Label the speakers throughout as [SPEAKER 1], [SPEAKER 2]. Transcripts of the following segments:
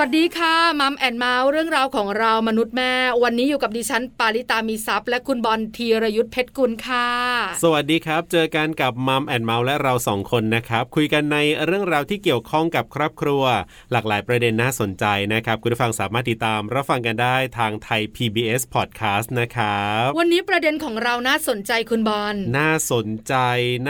[SPEAKER 1] สวัสดีค่ะมัมแอนเมาส์เรื่องราวของเรามนุษย์แม่ วันนี้อยู่กับดิฉัน ปาริตามีซัพย์ และคุณบอลธีรยุทธเพชรกุลค่ะ
[SPEAKER 2] สวัสดีครับ เจอกันกับมัมแอนเมาส์และเราสองคนนะครับ คุยกันในเรื่องราวที่เกี่ยวข้องกับครอบครัว หลากหลายประเด็นน่าสนใจนะครับ คุณผู้ฟังสามารถติดตามรับฟังกันได้ทางไทย PBS Podcast นะครับ
[SPEAKER 1] วันนี้ประเด็นของเราน่าสนใจคุณบอล
[SPEAKER 2] น่าสนใจ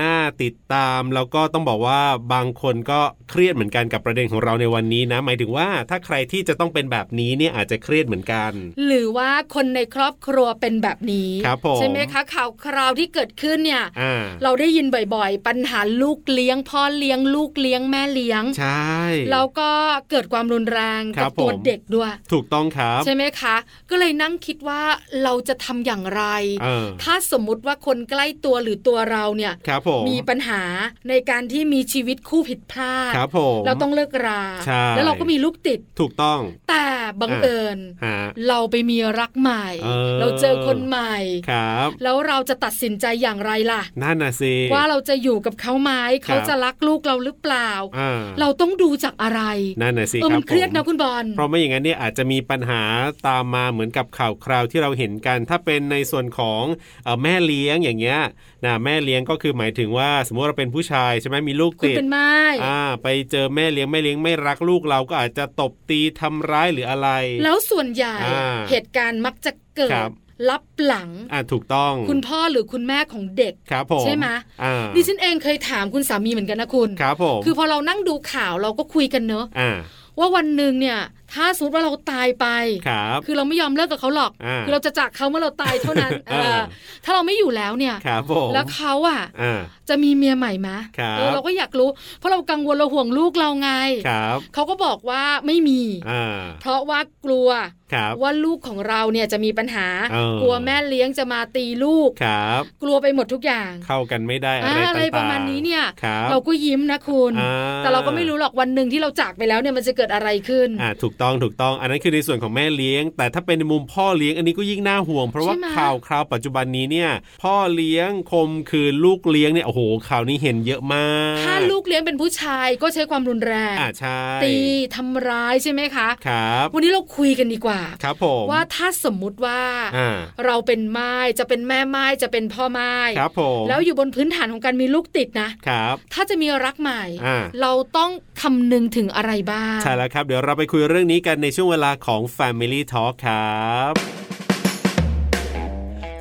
[SPEAKER 2] น่าติดตาม แล้วก็ต้องบอกว่าบางคนก็เครียดเหมือนกันกับประเด็นของเราในวันนี้นะ หมายถึงว่าถ้าใครที่จะต้องเป็นแบบนี้เนี่ยอาจจะเครียดเหมือนกัน
[SPEAKER 1] หรือว่าคนในครอบครัวเป็นแบบนี้
[SPEAKER 2] ครับผม
[SPEAKER 1] ใช่ไหมคะข่าวคราวที่เกิดขึ้นเนี่ย
[SPEAKER 2] อ่า
[SPEAKER 1] เราได้ยินบ่อยๆ ปัญหาลูกเลี้ยง พ่อเลี้ยงลูกเลี้ยงแม่เลี้ยง
[SPEAKER 2] ใช่
[SPEAKER 1] แล้วก็เกิดความรุนแรง
[SPEAKER 2] ครั
[SPEAKER 1] กับบ ตัว
[SPEAKER 2] ผม
[SPEAKER 1] เด็กด้วย
[SPEAKER 2] ถูกต้องครับ
[SPEAKER 1] ใช่ไหมคะ ก็เลยนั่งคิดว่าเราจะทำอย่างไร
[SPEAKER 2] เออ
[SPEAKER 1] ถ้าสมมุติว่าคนใกล้ตัวหรือตัวเราเนี่ย
[SPEAKER 2] ครับผม
[SPEAKER 1] มีปัญหาในการที่มีชีวิตคู่ผิดพลาด
[SPEAKER 2] ครับผม
[SPEAKER 1] เราต้องเลิกรา
[SPEAKER 2] ใช่
[SPEAKER 1] แล้วเราก็มีลูกติด
[SPEAKER 2] ถูกต้อง
[SPEAKER 1] แต่บังเอิญ
[SPEAKER 2] ฮะ
[SPEAKER 1] เราไปมีรักใหม่
[SPEAKER 2] เออ
[SPEAKER 1] เราเจอคนใหม่
[SPEAKER 2] ครับ
[SPEAKER 1] แล้วเราจะตัดสินใจอย่างไรล่ะ
[SPEAKER 2] นั่นน่ะสิ
[SPEAKER 1] ว่าเราจะอยู่กับเขาไหมเขาจะรักลูกเราหรือเปล่า
[SPEAKER 2] อ่า
[SPEAKER 1] เราต้องดูจากอะไร
[SPEAKER 2] นั่นน่ะสิ
[SPEAKER 1] เออ
[SPEAKER 2] ครั
[SPEAKER 1] มั
[SPEAKER 2] บ
[SPEAKER 1] นเครียดนะ
[SPEAKER 2] ผม
[SPEAKER 1] คุณบอล
[SPEAKER 2] เพราะไม่อย่างนั้นเนี่ยอาจจะมีปัญหาตามมาเหมือนกับข่าวคราวที่เราเห็นกัน ถ้าเป็นในส่วนของเอ่อแม่เลี้ยงอย่างเงี้ยนะแม่เลี้ยงก็คือหมายถึงว่า สมมติเราเป็นผู้ชายใช่ไหมมีลูก
[SPEAKER 1] คุณ
[SPEAKER 2] ติด
[SPEAKER 1] เป็นไม้
[SPEAKER 2] อ่า ไปเจอแม่เลี้ยงแม่เลี้ยงไม่รักลูกเราก็อาจจะตบตีทำร้ายหรืออะไร
[SPEAKER 1] แล้วส่วนใหญ่
[SPEAKER 2] อ่า
[SPEAKER 1] เหตุการณ์มักจะเกิ
[SPEAKER 2] ครั
[SPEAKER 1] ด
[SPEAKER 2] บ
[SPEAKER 1] ลับหลัง
[SPEAKER 2] อ่าถูกต้อง
[SPEAKER 1] คุณพ่อหรือคุณแม่ของเด็ก
[SPEAKER 2] ครับผม
[SPEAKER 1] ใช่ไหม
[SPEAKER 2] อ่า
[SPEAKER 1] ดิฉันเองเคยถามคุณสามีเหมือนกันนะคุณ
[SPEAKER 2] ครับผม
[SPEAKER 1] คือพอเรานั่งดูข่าวเราก็คุยกันเนอะ
[SPEAKER 2] อ่า
[SPEAKER 1] ว่าวันหนึ่งเนี่ย ถ้าสมมติว่าเราตายไป
[SPEAKER 2] ครับ
[SPEAKER 1] คือเราไม่ยอมเลิกกับเขาหรอก
[SPEAKER 2] อ่า
[SPEAKER 1] คือเราจะจากเขาเมื่อเราตายเท่านั้นเออ
[SPEAKER 2] อ่า
[SPEAKER 1] ถ้าเราไม่อยู่แล้วเนี่ย
[SPEAKER 2] ครับผม
[SPEAKER 1] แล้วเขาอ่ะ
[SPEAKER 2] อ่า
[SPEAKER 1] จะมีเมียใหม่ไหม
[SPEAKER 2] ครับ
[SPEAKER 1] เออเราก็อยากรู้ เพราะเรากังวลเราห่วงลูกเราไง
[SPEAKER 2] ครับ
[SPEAKER 1] เขาก็บอกว่าไม่มี
[SPEAKER 2] อ่า
[SPEAKER 1] เพราะว่ากลัว
[SPEAKER 2] ครับ
[SPEAKER 1] ว่าลูกของเราเนี่ยจะมีปัญหา
[SPEAKER 2] เออ
[SPEAKER 1] กลัวแม่เลี้ยงจะมาตีลูก
[SPEAKER 2] ครับ
[SPEAKER 1] กลัวไปหมดทุกอย่าง
[SPEAKER 2] เข้ากันไม่ได้อะ
[SPEAKER 1] อ่าอะ
[SPEAKER 2] ไรต่างๆ
[SPEAKER 1] ไรประมาณนี้เนี่ย
[SPEAKER 2] ครับ
[SPEAKER 1] เราก็ยิ้มนะคุณ
[SPEAKER 2] อ่
[SPEAKER 1] แต่เราก็ไม่รู้หรอกวันหนึ่งที่เราจากไปแล้วเนี่ยมันจะเกิดอะไรขึ้น
[SPEAKER 2] อ่าถูกต้องถูกต้อง อันนั้นคือในส่วนของแม่เลี้ยง แต่ถ้าเป็นในมุมพ่อเลี้ยงอันนี้ก็ยิ่งน่าห่วง เพราะว่า
[SPEAKER 1] ใช่ไหม
[SPEAKER 2] ข่าวคราวปัจจุบันนี้เนี่ย พ่อเลี้ยงคมคืนลูกเลี้ยงเนี่ยโอ้โหข่าวนี้เห็นเยอะมาก
[SPEAKER 1] ถ้าลูกเลี้ยงเป็นผู้ชายก็ใช้ความรุนแรง
[SPEAKER 2] อ่าใช่
[SPEAKER 1] ตีทำร้ายใช่ไหมคะ
[SPEAKER 2] ครับ
[SPEAKER 1] วันนี้เราคุยกันดีกว่า
[SPEAKER 2] ครับผม
[SPEAKER 1] ว่าถ้าสมมุติว่า
[SPEAKER 2] อ่า
[SPEAKER 1] เราเป็นไม้จะเป็นแม่ไม้จะเป็นพ่อไม้
[SPEAKER 2] ครับผม
[SPEAKER 1] แล้วอยู่บนพื้นฐานของการมีลูกติดนะ
[SPEAKER 2] ครับ
[SPEAKER 1] ถ้าจะมีรักใหม่
[SPEAKER 2] อ่า
[SPEAKER 1] เราต้องคำนึงถึงอะไรบ้าง
[SPEAKER 2] ใช่แล้วครับ เดี๋ยวเราไปคุยเรื่องนี้กันในช่วงเวลาของ Family Talk ครับ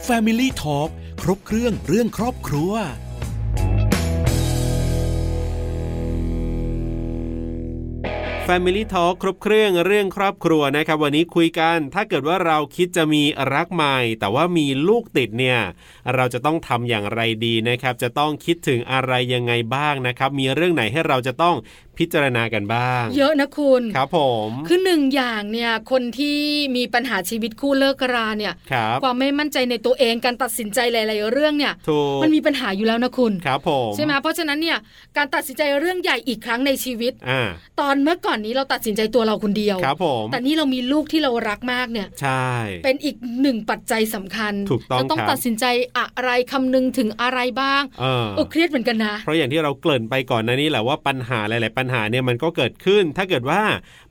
[SPEAKER 3] Family Talk ครบเครื่องเรื่องครอบครัว
[SPEAKER 2] f a m i l y ่ทอครบเครื่องเรื่องครอบครัวนะครับ วันนี้คุยกันถ้าเกิดว่าเราคิดจะมีรักใหม่ แต่ว่ามีลูกติดเนี่ย เราจะต้องทำอย่างไรดีนะครับ จะต้องคิดถึงอะไรยังไงบ้างนะครับ มีเรื่องไหนให้เราจะต้องพิจารณากันบ้าง
[SPEAKER 1] เยอะนะคุณ
[SPEAKER 2] ครับผม
[SPEAKER 1] คือหนึ่งอย่างเนี่ยคนที่มีปัญหาชีวิตคู่เลิกราเนี่ย
[SPEAKER 2] ครับ
[SPEAKER 1] ความไม่มั่นใจในตัวเองการตัดสินใจหลาย ๆ เรื่องเนี่ย
[SPEAKER 2] ถูก
[SPEAKER 1] มันมีปัญหาอยู่แล้วนะคุณ
[SPEAKER 2] ครับผม
[SPEAKER 1] ใช่ไหมเพราะฉะนั้นเนี่ยการตัดสินใจเรื่องใหญ่อีกครั้งในชีวิต
[SPEAKER 2] อ่า
[SPEAKER 1] ตอนเมื่อก่อนนี้เราตัดสินใจตัวเราคนเดียว
[SPEAKER 2] ครับผม
[SPEAKER 1] แต่นี่เรามีลูกที่เรารักมากเนี่ย
[SPEAKER 2] ใช่
[SPEAKER 1] เป็นอีกหนึ่งปัจจัยสำคัญ
[SPEAKER 2] ถูกต้อง
[SPEAKER 1] จะต้อง
[SPEAKER 2] ครับ
[SPEAKER 1] ตัดสินใจอะไรคำนึงถึงอะไรบ้าง
[SPEAKER 2] เออ
[SPEAKER 1] เออเครียดเหมือนกันนะ
[SPEAKER 2] เพราะอย่างที่เราเกริ่นไปก่อนหนะนี่แหละว่าปัญหาหลาย ๆ ปัญหาเนี่ยมันก็เกิดขึ้น ถ้าเกิดว่า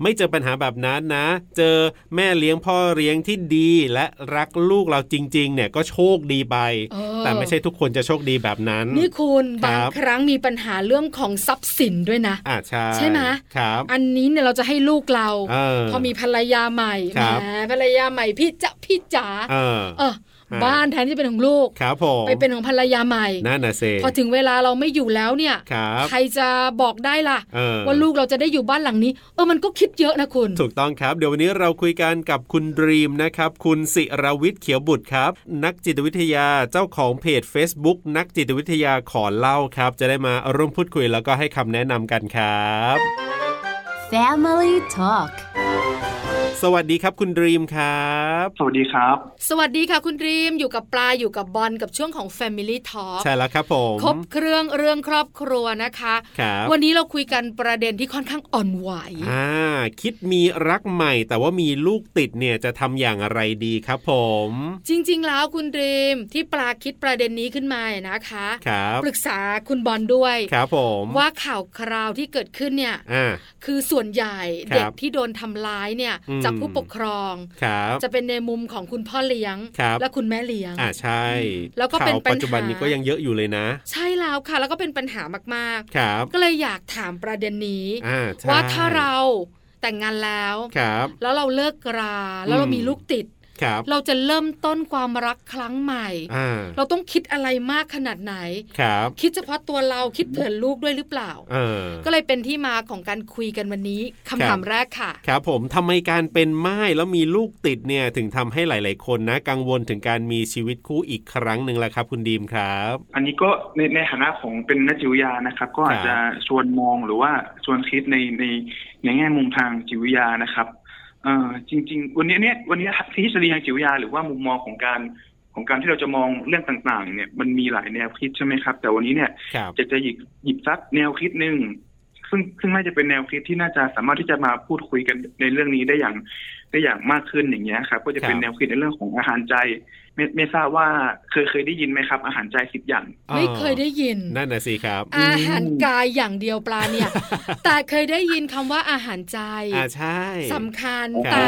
[SPEAKER 2] ไม่เจอปัญหาแบบนั้นนะ เจอแม่เลี้ยงพ่อเลี้ยงที่ดีและรักลูกเราจริง ๆ เนี่ยก็โชคดีไป
[SPEAKER 1] เออ
[SPEAKER 2] แต่ไม่ใช่ทุกคนจะโชคดีแบบนั้น
[SPEAKER 1] นี่คุณ
[SPEAKER 2] ครับ
[SPEAKER 1] บางครั้งมีปัญหาเรื่องของทรัพย์สินด้วยนะ
[SPEAKER 2] อ่าใช่
[SPEAKER 1] ใช่ไหม
[SPEAKER 2] ครับ
[SPEAKER 1] อันนี้เนี่ยเราจะให้ลูกเรา
[SPEAKER 2] เออ
[SPEAKER 1] พอมีภรรยาใหม่
[SPEAKER 2] ค
[SPEAKER 1] แหม
[SPEAKER 2] รับ
[SPEAKER 1] ภรรยาใหม่พี่จะพี่จ๋า
[SPEAKER 2] เออ
[SPEAKER 1] เออ
[SPEAKER 2] อ่า
[SPEAKER 1] บ้านแทนที่จะเป็นของลูก
[SPEAKER 2] ครับผม
[SPEAKER 1] ไปเป็นของภรรยาใหม่
[SPEAKER 2] นั่นน่ะเซ
[SPEAKER 1] พอถึงเวลาเราไม่อยู่แล้วเนี่ย
[SPEAKER 2] ครับ
[SPEAKER 1] ใครจะบอกได้ล่ะ
[SPEAKER 2] เออ
[SPEAKER 1] ว่าลูกเราจะได้อยู่บ้านหลังนี้ เออมันก็คิดเยอะนะคุณ
[SPEAKER 2] ถูกต้องครับ เดี๋ยววันนี้เราคุยกันกับคุณดรีมนะครับ คุณสิรวิทย์เขียวบุตรครับ นักจิตวิทยาเจ้าของเพจ Facebook นักจิตวิทยาขอเล่าครับ จะได้มาร่วมพูดคุยแล้วก็ให้คำแนะนำกันครับ
[SPEAKER 4] Family Talk
[SPEAKER 2] สวัสดีครับคุณดรีมครับ
[SPEAKER 5] สวัสดีครับ
[SPEAKER 1] สวัสดีค่ะคุณดรีมอยู่กับปลาอยู่กับบอลกับช่วงของ Family Talk
[SPEAKER 2] ใช่แล้วครับผม
[SPEAKER 1] ครบเครื่องเรื่องครอบครัวนะคะ
[SPEAKER 2] ครับ
[SPEAKER 1] วันนี้เราคุยกันประเด็นที่ค่อนข้างอ่อนไหว
[SPEAKER 2] อ่าคิดมีรักใหม่ แต่ว่ามีลูกติดเนี่ยจะทำอย่างไรดีครับผม
[SPEAKER 1] จริง ๆ แล้วคุณดรีมที่ปลาคิดประเด็นนี้ขึ้นมาเนี่ยนะคะ
[SPEAKER 2] ครับ
[SPEAKER 1] ปรึกษาคุณบอลด้วย
[SPEAKER 2] ครับผม
[SPEAKER 1] ว่าข่าวคราวที่เกิดขึ้นเนี่ย
[SPEAKER 2] อ่า
[SPEAKER 1] คือส่วนใหญ่
[SPEAKER 2] ครับ
[SPEAKER 1] เด็กที่โดนทำร้ายเนี่ย
[SPEAKER 2] อืม
[SPEAKER 1] จากผู้ปกครอง
[SPEAKER 2] ครับ
[SPEAKER 1] จะเป็นในมุมของคุณพ่อเลี้ยง
[SPEAKER 2] ครับ
[SPEAKER 1] และคุณแม่เลี้ยง
[SPEAKER 2] อ่าใช่
[SPEAKER 1] แล้วก็เป็น
[SPEAKER 2] ข่า
[SPEAKER 1] ปัญหา
[SPEAKER 2] ปัจจุบันนี้ก็ยังเยอะอยู่เลยนะ
[SPEAKER 1] ใช่แล้วค่ะ แล้วก็เป็นปัญหามาก
[SPEAKER 2] ครับ
[SPEAKER 1] ๆ ก็เลยอยากถามประเด็นนี้
[SPEAKER 2] อ่าใช่
[SPEAKER 1] ว่าถ้าเราแต่งงานแล้ว
[SPEAKER 2] ครับ
[SPEAKER 1] แล้วเราเลิกราแล้วเรา
[SPEAKER 2] อืม
[SPEAKER 1] มีลูกติด
[SPEAKER 2] ครับ
[SPEAKER 1] เราจะเริ่มต้นความรักครั้งใหม่
[SPEAKER 2] อ่า
[SPEAKER 1] เราต้องคิดอะไรมากขนาดไหน
[SPEAKER 2] ครับ
[SPEAKER 1] คิดเฉพาะตัวเราคิดเผื่อลูกด้วยหรือเปล่า
[SPEAKER 2] เออ
[SPEAKER 1] ก็เลยเป็นที่มาของการคุยกันวันนี้คำถาม
[SPEAKER 2] ครับ
[SPEAKER 1] แรกค่ะ
[SPEAKER 2] ครับผมทำไมการเป็นม่ายแล้วมีลูกติดเนี่ยถึงทำให้หลาย ๆ คนนะ กังวลถึงการมีชีวิตคู่อีกครั้งหนึ่งละครับ คุณดีมครับ
[SPEAKER 5] อันนี้ก็ในในฐานะของเป็นนักจิตวิทยานะครับ ก็
[SPEAKER 2] ค
[SPEAKER 5] อาจ
[SPEAKER 2] รับ
[SPEAKER 5] จะชวนมองหรือว่าชวนคิดในในในแง่มุมทางจิตวิทยานะครับเออจริง ๆ วันนี้เนี่ยวันนี้ทฤษฎีทางจิตวิทยาหรือว่ามุมมองของการของการที่เราจะมองเรื่องต่างๆ เนี่ยมันมีหลายแนวคิดใช่ไหมครับ แต่วันนี้เนี่ย
[SPEAKER 2] ครับ
[SPEAKER 5] จะจะหยิบหยิบซักแนวคิดหนึ่งซึ่งซึ่งน่าจะเป็นแนวคิดที่น่าจะสามารถที่จะมาพูดคุยกันในเรื่องนี้ได้อย่างได้อย่างมากขึ้นอย่างเงี้ยครับ ก็จะเป็นแนวคิดในเรื่องของอาหารใจ ไม่ไม่ทราบว่าเคยเคยได้ยินไหมครับ อาหารใจสิบอย่าง
[SPEAKER 1] ไม่เคยได้ยิน
[SPEAKER 2] นั่นน่ะสิครับ
[SPEAKER 1] อาหารกายอย่างเดียวปลาเนี่ย แต่เคยได้ยินคำว่าอาหารใจ
[SPEAKER 2] อ่าใช่
[SPEAKER 1] สำคัญ
[SPEAKER 2] ครับ
[SPEAKER 1] แต่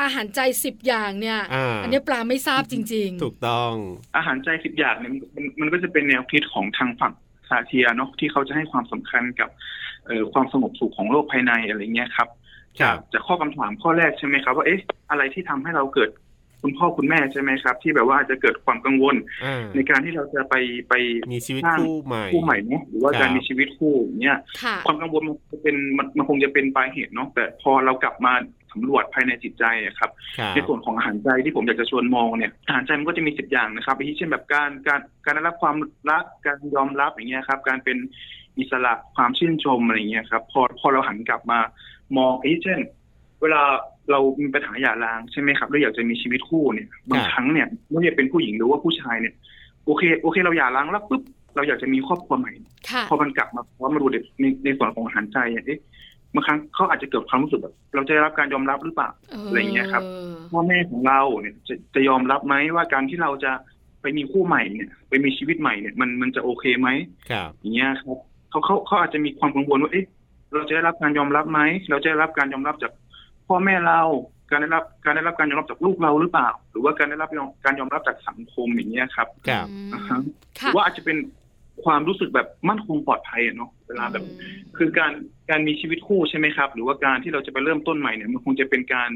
[SPEAKER 1] อาหารใจสิบอย่างเนี่ย
[SPEAKER 2] อ่า
[SPEAKER 1] นเนี้ยปลาไม่ทราบจริง ๆ
[SPEAKER 2] ถูกต้อง
[SPEAKER 5] อาหารใจสิบอย่างเนี่ยมันมันก็จะเป็นแนวคิดของทางฝั่งซาเทียเนาะที่เขาจะให้ความสำคัญกับเอ่อความสงบสุขของโลกภายในอะไรเงี้ยครับ
[SPEAKER 2] ครั
[SPEAKER 5] จาก
[SPEAKER 2] บ
[SPEAKER 5] จากข้อคำถามข้อแรกใช่ไหมครับว่าเอ๊ะอะไรที่ทำให้เราเกิดคุณพ่อคุณแม่ใช่ไหมครับ ที่แบบว่าอาจจะเกิดความกังวล
[SPEAKER 2] อ่า
[SPEAKER 5] ในการที่เราจะไปไป
[SPEAKER 2] มีชีวิต
[SPEAKER 5] สร้าง
[SPEAKER 2] คู่ใหม่
[SPEAKER 5] คู่ใหม่เนอะหรือว่า
[SPEAKER 2] ครับ
[SPEAKER 5] การมีชีวิตคู่อย่างเนี่ย
[SPEAKER 1] ค่ะ
[SPEAKER 5] ความกังวลมันจะเป็นมันมันคงจะเป็นปลายเหตุเนาะแต่พอเรากลับมาสำรวจภายในจิตใจอะครับ
[SPEAKER 2] ครับ
[SPEAKER 5] ในส่วนของอาหารใจที่ผมอยากจะชวนมองเนี่ยอาหารใจมันก็จะมีสิบอย่างนะครับอาทิเช่นแบบการการการได้รับความรักการยอมรับอย่างเงี้ยครับ การเป็นอิสระความชื่นชมอะไรเงี้ยครับพอพอเราหันกลับมามองอาทิเช่น เวลาเรามีปัญหาหย่าร้างใช่ไหมครับเราอยากจะมีชีวิตคู่เนี่ยบางครั้งเนี่ยไม่ว่าจะเป็นผู้หญิงหรือว่าผู้ชายเนี่ยโอเคโอเค เราหย่าร้างแล้วปุ๊บเราอยากจะมีครอบครัวใหม่
[SPEAKER 1] ค่ะ
[SPEAKER 5] พอมันกลับมาพร้อมมาดูเด็กในในส่วนของอาหารใจเนี่ยเอ๊ะบางครั้งเขาอาจจะเกิดความรู้สึกแบบเราจะได้รับการยอมรับหรือเปล่า อะไรอย่างเงี้ยครับ พ่อแม่ของเราเนี่ยจะจะยอมรับไหมว่าการที่เราจะไปมีคู่ใหม่เนี่ยไปมีชีวิตใหม่เนี่ยมันมันจะโอเคไหม
[SPEAKER 2] ครับ
[SPEAKER 5] อย่างเงี้ยครับเขาเขาเขาอาจจะมีความกังวลว่าเอ๊ะเราจะได้รับการยอมรับไหมเราจะได้รับการยอมรับจากพ่อแม่เราการได้รับการได้รับการยอมรับจากลูกเราหรือเปล่า หรือว่าการได้รับยอมการยอมรับจากสังคมอย่างเงี้ยครับ
[SPEAKER 2] ครับ
[SPEAKER 1] อืม
[SPEAKER 5] อ่าฮะห
[SPEAKER 1] ค่ะ
[SPEAKER 5] รือว่าอาจจะเป็นความรู้สึกแบบมั่นคงปลอดภัยอะเนาะเวลาแบบ คือการการมีชีวิตคู่ใช่ไหมครับ หรือว่าการที่เราจะไปเริ่มต้นใหม่เนี่ยมันคงจะเป็นการ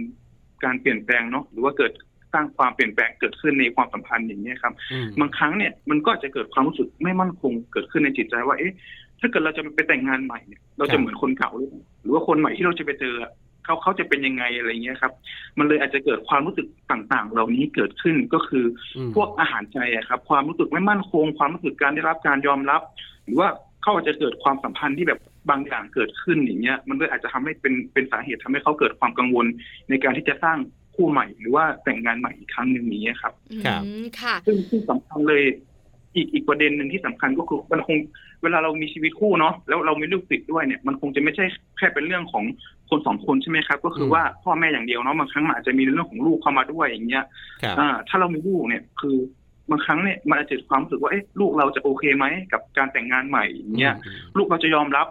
[SPEAKER 5] การเปลี่ยนแปลงเนาะหรือว่าเกิดสร้างความเปลี่ยนแปลงเกิดขึ้นในความสัมพันธ์อย่างนี้ยครับ
[SPEAKER 2] อืม
[SPEAKER 5] บางครั้งเนี่ยมันก็อาจจะเกิดความรู้สึกไม่มั่นคงเกิดขึ้นในจิตใจว่าเอ๊ะถ้าเกิดเราจะไปแต่งงานใหม่เนี่ยเราจะเหมือนคนเก่าหรือเปล่าหรือว่าคนใหม่ที่เราจะไปเจอเขาเขาจะเป็นยังไงอะไรเงี้ยครับ มันเลยอาจจะเกิดความรู้สึกต่างๆ เหล่านี้เกิดขึ้นก็คือ
[SPEAKER 2] อืม
[SPEAKER 5] พวกอาหารใจอะครับ ความรู้สึกไม่มั่นคง ความรู้สึกการได้รับการยอมรับ หรือว่าเขาอาจจะเกิดความสัมพันธ์ที่แบบบางอย่างเกิดขึ้นอย่างเงี้ย มันก็อาจจะทำให้เป็นเป็นสาเหตุทำให้เขาเกิดความกังวล ในการที่จะสร้างคู่ใหม่ หรือว่าแต่งงานใหม่อีกครั้งหนึ่งอย่างเงี้ยครับ
[SPEAKER 1] ครับค่ะ
[SPEAKER 5] ซึ่งซึ่งสำคัญเลยอีกอีกประเด็นหนึ่งที่สำคัญก็คือมันคงเวลาเรามีชีวิตคู่เนาะแล้วเรามีลูกติดด้วยเนี่ย มันคงจะไม่ใช่แค่เป็นเรื่องของคนสองคนใช่ไหมครับ ก็คือว่าพ่อแม่อย่างเดียวเนาะบางครั้งมันอาจจะมีเรื่องของลูกเข้ามาด้วยอย่างเงี้ย
[SPEAKER 2] ครับ
[SPEAKER 5] อ่าถ้าเรามีลูกเนี่ยคือบางครั้งเนี่ยมันอาจจะเกิดความรู้สึกว่าเอ๊ะลูกเราจะโอเคไหมกับการแต่งงานใหม่อย่างเงี้ย
[SPEAKER 2] อืม
[SPEAKER 5] ลูกเราจะยอมรับ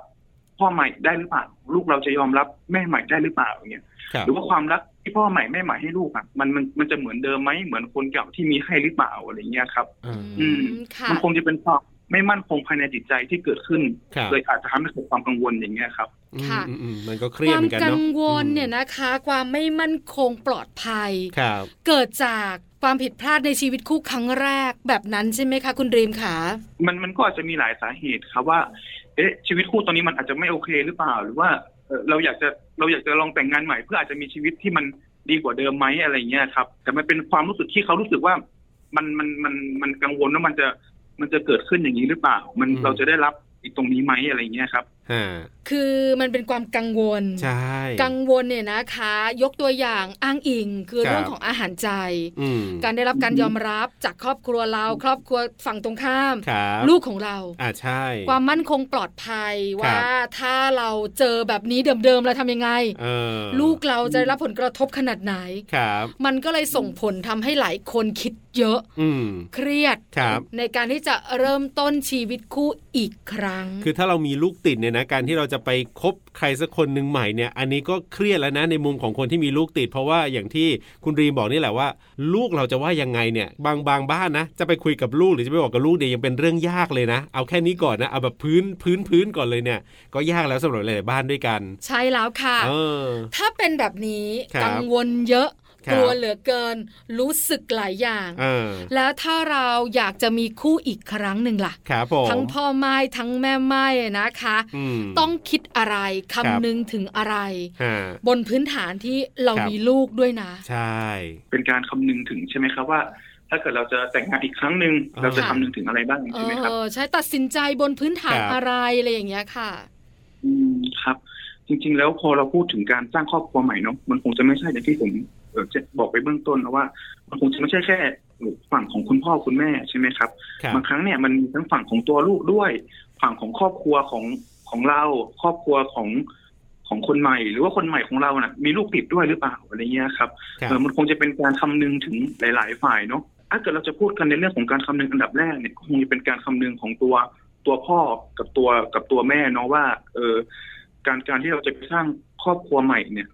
[SPEAKER 5] พ่อใหม่ได้หรือเปล่า ลูกเราจะยอมรับแม่ใหม่ได้หรือเปล่าอย่างเงี้ย
[SPEAKER 2] ครับ
[SPEAKER 5] หรือว่าความรักที่พ่อใหม่แม่ใหม่ให้ลูกอ่ะมันมันมันจะเหมือนเดิมไหมเหมือนคนเก่าที่มีให้หรือเปล่าอะไรเงี้ยครับ
[SPEAKER 2] อ่า
[SPEAKER 5] อืม
[SPEAKER 1] ค่ะ
[SPEAKER 5] มันคงจะเป็นความไม่มั่นคงภายในจิตใจที่เกิดขึ้น
[SPEAKER 2] ครับ
[SPEAKER 5] เลยอาจจะทำให้เกิดความกังวลอย่างเงี้ยครับ
[SPEAKER 1] ค่ะ
[SPEAKER 2] อืมอืมอืมมันก็เครียด
[SPEAKER 1] ความ
[SPEAKER 2] เหมือนกัน
[SPEAKER 1] กั
[SPEAKER 2] เนาะ
[SPEAKER 1] งวลเนี่ยนะคะ ความไม่มั่นคงปลอดภัย
[SPEAKER 2] ครับ
[SPEAKER 1] เกิดจากความผิดพลาดในชีวิตคู่ครั้งแรกแบบนั้นใช่ไหมคะ คุณดรีมค่ะ
[SPEAKER 5] มันมันก็อาจจะมีหลายสาเหตุครับว่า เอ๊ะชีวิตคู่ตอนนี้มันอาจจะไม่โอเคหรือเปล่า หรือว่าเอ่อเราอยากจะเราอยากจะลองแต่งงานใหม่ เพื่ออาจจะมีชีวิตที่มันดีกว่าเดิมไหมอะไรเงี้ยครับ แต่มันเป็นความรู้สึกที่เขารู้สึกว่ามันมันมันมันกังวลว่ามันจะมันจะเกิดขึ้นอย่างนี้หรือเปล่า มัน
[SPEAKER 2] อืม
[SPEAKER 5] เราจะได้รับอีกตรงนี้ไหมอะไรเงี้ยครับ
[SPEAKER 2] ฮะ
[SPEAKER 1] คือมันเป็นความกังวล
[SPEAKER 2] ใช่
[SPEAKER 1] กังวลเนี่ยนะคะ ยกตัวอย่างอ้างอิงคือ
[SPEAKER 2] ครับ
[SPEAKER 1] เรื่องของอาหารใจ
[SPEAKER 2] อืม
[SPEAKER 1] การได้รับการยอมรับจากครอบครัวเรา ครอบครัวฝั่งตรงข้าม
[SPEAKER 2] ครับ
[SPEAKER 1] ลูกของเรา
[SPEAKER 2] อ่าใช่
[SPEAKER 1] ความมั่นคงปลอดภัย
[SPEAKER 2] ครับ
[SPEAKER 1] ว่าถ้าเราเจอแบบนี้เดิมๆเราทำยังไง
[SPEAKER 2] เออ
[SPEAKER 1] ลูกเราจะได้รับผลกระทบขนาดไหน
[SPEAKER 2] ครับ
[SPEAKER 1] มันก็เลยส่งผลทำให้หลายคนคิดเยอะ
[SPEAKER 2] อืม
[SPEAKER 1] เครียด
[SPEAKER 2] ครับ
[SPEAKER 1] ในการที่จะเริ่มต้นชีวิตคู่อีกครั้ง
[SPEAKER 2] คือถ้าเรามีลูกติดเนี่ยนะการที่เราจะไปคบใครสักคนหนึ่งใหม่เนี่ย อันนี้ก็เครียดแล้วนะในมุมของคนที่มีลูกติด เพราะว่าอย่างที่คุณรีมบอกนี่แหละว่า ลูกเราจะว่ายังไงเนี่ย บางบางบ้านนะ จะไปคุยกับลูกหรือจะไปบอกกับลูกเนี่ยยังเป็นเรื่องยากเลยนะ เอาแค่นี้ก่อนนะเอาแบบพื้นพื้นพื้นก่อนเลยเนี่ย ก็ยากแล้วสำหรับหลายๆบ้านด้วยกัน
[SPEAKER 1] ใช่แล้วค่ะ
[SPEAKER 2] เออ
[SPEAKER 1] ถ้าเป็นแบบนี้
[SPEAKER 2] ครับ
[SPEAKER 1] กังวลเยอะ
[SPEAKER 2] ครับ
[SPEAKER 1] กลัวเหลือเกิน รู้สึกหลายอย่าง
[SPEAKER 2] เออ
[SPEAKER 1] แล้วถ้าเราอยากจะมีคู่อีกครั้งหนึ่งล่ะ
[SPEAKER 2] ครับผม
[SPEAKER 1] ทั้งพ่อไม้ทั้งแม่ไม้นะคะ
[SPEAKER 2] ม
[SPEAKER 1] ต้องคิดอะไร
[SPEAKER 2] ครับ
[SPEAKER 1] คำนึงถึงอะไร
[SPEAKER 2] ฮะ
[SPEAKER 1] บนพื้นฐานที่เรา
[SPEAKER 2] ครับ
[SPEAKER 1] มีลูกด้วยนะ
[SPEAKER 2] ใช่
[SPEAKER 5] เป็นการคำนึงถึงใช่ไหมครับว่า ถ้าเกิดเราจะแต่งงานอีกครั้งหนึ่ง
[SPEAKER 2] อ่า
[SPEAKER 5] เราจะคำนึงถึงอะไรบ้าง
[SPEAKER 1] เอ
[SPEAKER 5] ใช่ไหมครับ
[SPEAKER 1] อใช้ตัดสินใจบนพื้นฐาน
[SPEAKER 2] ครับ
[SPEAKER 1] อะไรอะไรอย่างเงี้ยค่ะ
[SPEAKER 5] อืมครับ จริง ๆ แล้วพอเราพูดถึงการสร้างครอบครัวใหม่เนาะมันคงจะไม่ใช่อย่างที่ผมเอ่อจะบอกไปเบื้องต้นนะว่า มันคงจะไม่ใช่แค่ฝั่งของคุณพ่อคุณแม่ใช่ไหมครับ
[SPEAKER 2] ครับ
[SPEAKER 5] บางครั้งเนี่ยมันมีทั้งฝั่งของตัวลูกด้วย ฝั่งของครอบครัวของของเรา ครอบครัวของของคนใหม่ หรือว่าคนใหม่ของเราน่ะมีลูกติดด้วยหรือเปล่าอะไรเงี้ยครับ
[SPEAKER 2] ครับ
[SPEAKER 5] เออมันคงจะเป็นการคำนึงถึงหลาย ๆ ฝ่ายเนาะถ้าเกิดเราจะพูดกันในเรื่องของการคำนึงอันดับแรกเนี่ยคงจะเป็นการคำนึงของตัวตัวพ่อกับตัวกับตัวแม่เนาะว่าเออการการที่เราจะไปสร้างครอบครัวใหม่เนี่ย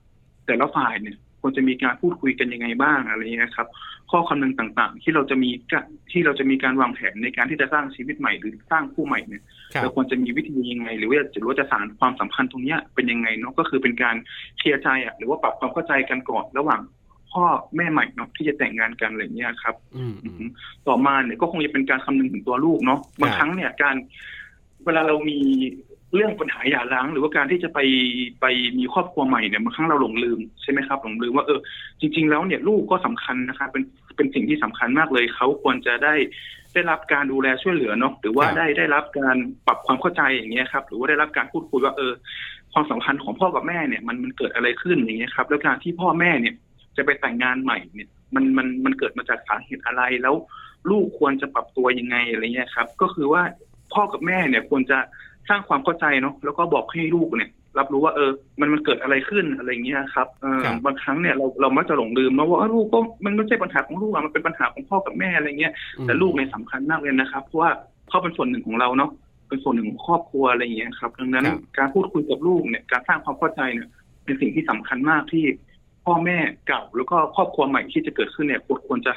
[SPEAKER 5] แต่ละฝ่ายเนี่ยควรจะมีการพูดคุยกันยังไงบ้างอะไรเงี้ยครับ ข้อคำนึงต่างๆ ที่เราจะมีกะที่เราจะมีการวางแผนในการที่จะสร้างชีวิตใหม่หรือสร้างคู่ใหม่เนี่ย
[SPEAKER 2] ครับ
[SPEAKER 5] เราควรจะมีวิธียังไง หรือว่าจะรู้ว่าจะสานความสัมพันธ์ตรงเนี้ยเป็นยังไงเนาะก็คือเป็นการเคลียร์ใจอ่ะหรือว่าปรับความเข้าใจกันก่อนระหว่างพ่อแม่ใหม่เนาะที่จะแต่งงานกันอะไรเงี้ยครับ
[SPEAKER 2] อืมอืม
[SPEAKER 5] ต่อมาเนี่ยก็คงจะเป็นการคำนึงถึงตัวลูกเนาะบาง
[SPEAKER 2] ครับ
[SPEAKER 5] ครั้งเนี่ยการเวลาเรามีเรื่องปัญหาหย่าร้าง หรือว่าการที่จะไปไปมีครอบครัวใหม่เนี่ยบางครั้งเราหลงลืมใช่ไหมครับหลงลืมว่าเออจริง ๆ แล้วเนี่ยลูกก็สำคัญนะครับเป็นเป็นสิ่งที่สำคัญมากเลยเขาควรจะได้ได้รับการดูแลช่วยเหลือเนาะหรือว่า
[SPEAKER 2] ครับ
[SPEAKER 5] ได้ได้รับการปรับความเข้าใจอย่างเงี้ยครับ หรือว่าได้รับการพูดคุยว่าเออ ความสัมพันธ์ของพ่อกับแม่เนี่ยมันมันเกิดอะไรขึ้นอย่างเงี้ยครับ แล้วการที่พ่อแม่เนี่ย จะไปแต่งงานใหม่เนี่ยมันมันมันเกิดมาจากสาเหตุอะไรแล้ว ลูกควรจะปรับตัวยังไงอะไรเงี้ยครับ ก็คือว่าพ่อกับแม่เนี่ยควรจะสร้างความเข้าใจเนาะแล้วก็บอกให้ลูกเนี่ย รับรู้ว่าเออ มันมันเกิดอะไรขึ้นอะไรเงี้ยครับเออ
[SPEAKER 2] ครับ
[SPEAKER 5] บางครั้งเนี่ยเราเรามักจะหลงลืมนะว่าเออลูกก็มันไม่ใช่ปัญหาของลูกอะมันเป็นปัญหาของพ่อกับแม่อะไรเงี้ย แต่ลูกเนี่ยสำคัญมากเลยนะครับ เพราะว่าเขาเป็นส่วนหนึ่งของเราเนาะเป็นส่วนหนึ่งของครอบครัวอะไรอย่างเงี้ยครับดังนั้น
[SPEAKER 2] ครับ
[SPEAKER 5] การพูดคุยกับลูกเนี่ยการสร้างความเข้าใจเนี่ย เป็นสิ่งที่สำคัญมากที่พ่อแม่เก่าแล้วก็ครอบครัวใหม่ที่จะเกิดขึ้นเนี่ยควรควรจะ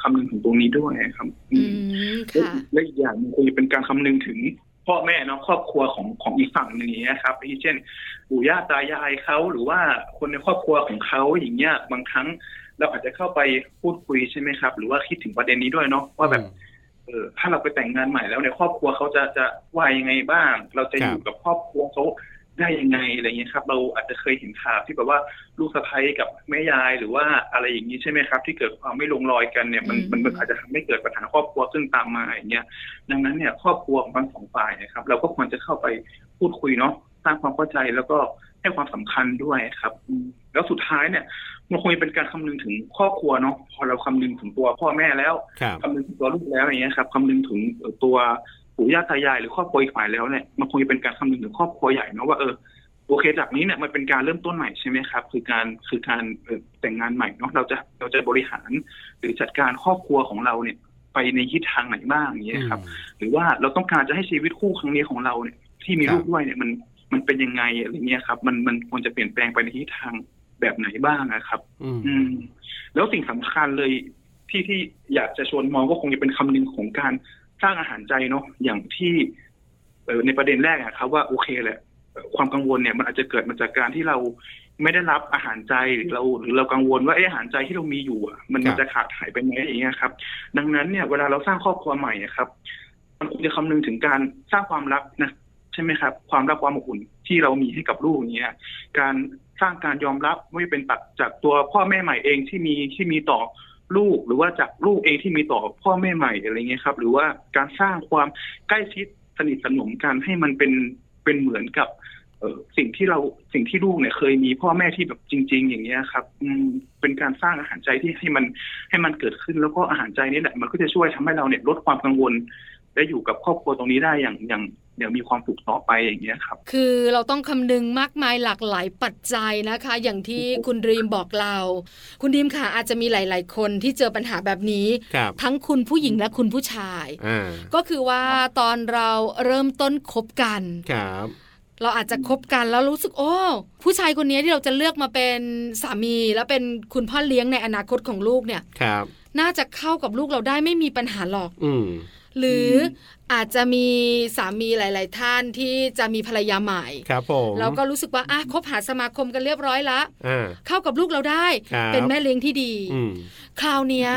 [SPEAKER 5] คำนึงถึงตรงนี้ด้วยครับอื
[SPEAKER 1] อื
[SPEAKER 5] ม
[SPEAKER 1] มค่ะ
[SPEAKER 5] และอีกอย่างหนึงคงจะเป็นการคำนึงถึงพ่อแม่เนาะครอบครัวของของอีกฝั่งหนึ่งอย่างเงี้ยครับที่เช่นปู่ย่าตายายเขาหรือว่าคนในครอบครัวของเขาอย่างเงี้ยบางครั้งเราอาจจะเข้าไปพูดคุยใช่ไหมครับ หรือว่าคิดถึงประเด็นนี้ด้วยเนาะว่าแบบ เออถ้าเราไปแต่งงานใหม่แล้วเนี่ยครอบครัวเขาจะจะว่ายังไงบ้าง เราจะ
[SPEAKER 2] ค
[SPEAKER 5] อ
[SPEAKER 2] รับ
[SPEAKER 5] ยู่กับครอบครัวเขาได้ยังไงอะไรเงี้ยครับ เราอาจจะเคยเห็นข่าวที่แบบว่าลูกสะใภ้กับแม่ยายหรือว่าอะไรอย่างนี้ใช่ไหมครับ ที่เกิดความไม่ลงรอยกันเนี่ยมัน
[SPEAKER 1] อืม
[SPEAKER 5] มันมันอาจจะทำให้เกิดปัญหาครอบครัวซึ่งตามมาอย่างเงี้ยดังนั้นเนี่ยครอบครัวของทั้งสองฝ่ายนะครับ เราก็ควรจะเข้าไปพูดคุยเนาะสร้างความเข้าใจแล้วก็ให้ความสำคัญด้วยครับอืมแล้วสุดท้ายเนี่ยมันคงจะเป็นการคำนึงถึงครอบครัวเนาะพอเราคำนึงถึงตัวพ่อแม่แล้ว
[SPEAKER 2] ครับ
[SPEAKER 5] คำนึงถึงตัวลูกแล้วอย่างเงี้ยครับคำนึงถึงเอ่อตัวปู่ย่าตายายหรือครอบครัวอีกฝ่ายแล้วเนี่ยมันคงจะเป็นการคำนึงถึงครอบครัวใหญ่เนอะว่าเออโอเคจากนี้เนี่ยมันเป็นการเริ่มต้นใหม่ใช่ไหมครับคือการคือการเอ่อแต่งงานใหม่เนาะเราจะเราจะบริหารหรือจัดการครอบครัวของเราเนี่ย ไปในทิศทางไหนบ้างอย่างเงี้ยครับ หรือว่าเราต้องการจะให้ชีวิตคู่ครั้งนี้ของเราเนี่ย ที่มี
[SPEAKER 2] ครับ
[SPEAKER 5] ลูกด้วยเนี่ยมันมันเป็นยังไงอะไรเงี้ยครับ มันมันควรจะเปลี่ยนแปลงไปในทิศทางแบบไหนบ้างนะครับ
[SPEAKER 2] อืม
[SPEAKER 5] อืมแล้วสิ่งสำคัญเลยที่ที่อยากจะชวนมองก็คงจะเป็นคำนึงของการสร้างอาหารใจเนาะอย่างที่เอ่อในประเด็นแรกอะครับว่าโอเคแหละเอ่อความกังวลเนี่ยมันอาจจะเกิดมาจากการที่เราไม่ได้รับอาหารใจหรือเราหรือเรากังวลว่าเอออาหารใจที่เรามีอยู่อะมันมันจะขาดหายไปไหมอย่างเงี้ยครับ ดังนั้นเนี่ยเวลาเราสร้างครอบครัวใหม่อะครับ มันควรจะคำนึงถึงการสร้างความรักนะใช่ไหมครับ ความรักความอบอุ่นที่เรามีให้กับลูกอย่างเงี้ย การสร้างการยอมรับไม่ว่าเป็นตัดจากตัวพ่อแม่ใหม่เองที่มีที่มีต่อลูก หรือว่าจากลูกเองที่มีต่อพ่อแม่ใหม่อะไรเงี้ยครับ หรือว่าการสร้างความใกล้ชิดสนิทสนมกันให้มันเป็น เป็นเหมือนกับ เอ่อสิ่งที่เราสิ่งที่ลูกเนี่ยเคยมีพ่อแม่ที่แบบจริง ๆ อย่างเงี้ยครับ อืมเป็นการสร้างอาหารใจที่ให้มันให้มันเกิดขึ้นแล้วก็อาหารใจนี่แหละมันก็จะช่วยทำให้เราเนี่ยลดความกังวล และอยู่กับครอบครัวตรงนี้ได้อย่างอย่างอย่างมีความสุขต่อไปอย่างเงี้ยครับ
[SPEAKER 1] คือเราต้องคำนึงมากมายหลากหลายปัจจัยนะคะ อย่างที่คุณดรีมบอกเรา คุณดรีมค่ะอาจจะมีหลาย ๆ คนที่เจอปัญหาแบบนี้
[SPEAKER 2] ครับ
[SPEAKER 1] ทั้งคุณผู้หญิงและคุณผู้ชาย
[SPEAKER 2] อ่า
[SPEAKER 1] ก็คือว่าตอนเราเริ่มต้นคบกัน
[SPEAKER 2] ครับ
[SPEAKER 1] เราอาจจะคบกันแล้วรู้สึกโอ้ผู้ชายคนนี้ที่เราจะเลือกมาเป็นสามี และเป็นคุณพ่อเลี้ยงในอนาคตของลูกเนี่ย
[SPEAKER 2] ครับ
[SPEAKER 1] น่าจะเข้ากับลูกเราได้ไม่มีปัญหาหรอก
[SPEAKER 2] อืม
[SPEAKER 1] หรืออ
[SPEAKER 5] ม
[SPEAKER 1] อาจจะมีสามีหลาย ๆ ท่านที่จะมีภรรยาใหม่
[SPEAKER 2] ครับผม
[SPEAKER 1] เราก็รู้สึกว่าอ่ะคบหาสมาคมกันเรียบร้อยละ
[SPEAKER 2] อ่า
[SPEAKER 1] เข้ากับลูกเราได้
[SPEAKER 2] ครับ
[SPEAKER 1] เป็นแม่เลี้ยงที่ดี
[SPEAKER 2] อืม
[SPEAKER 1] คราวเนี้ย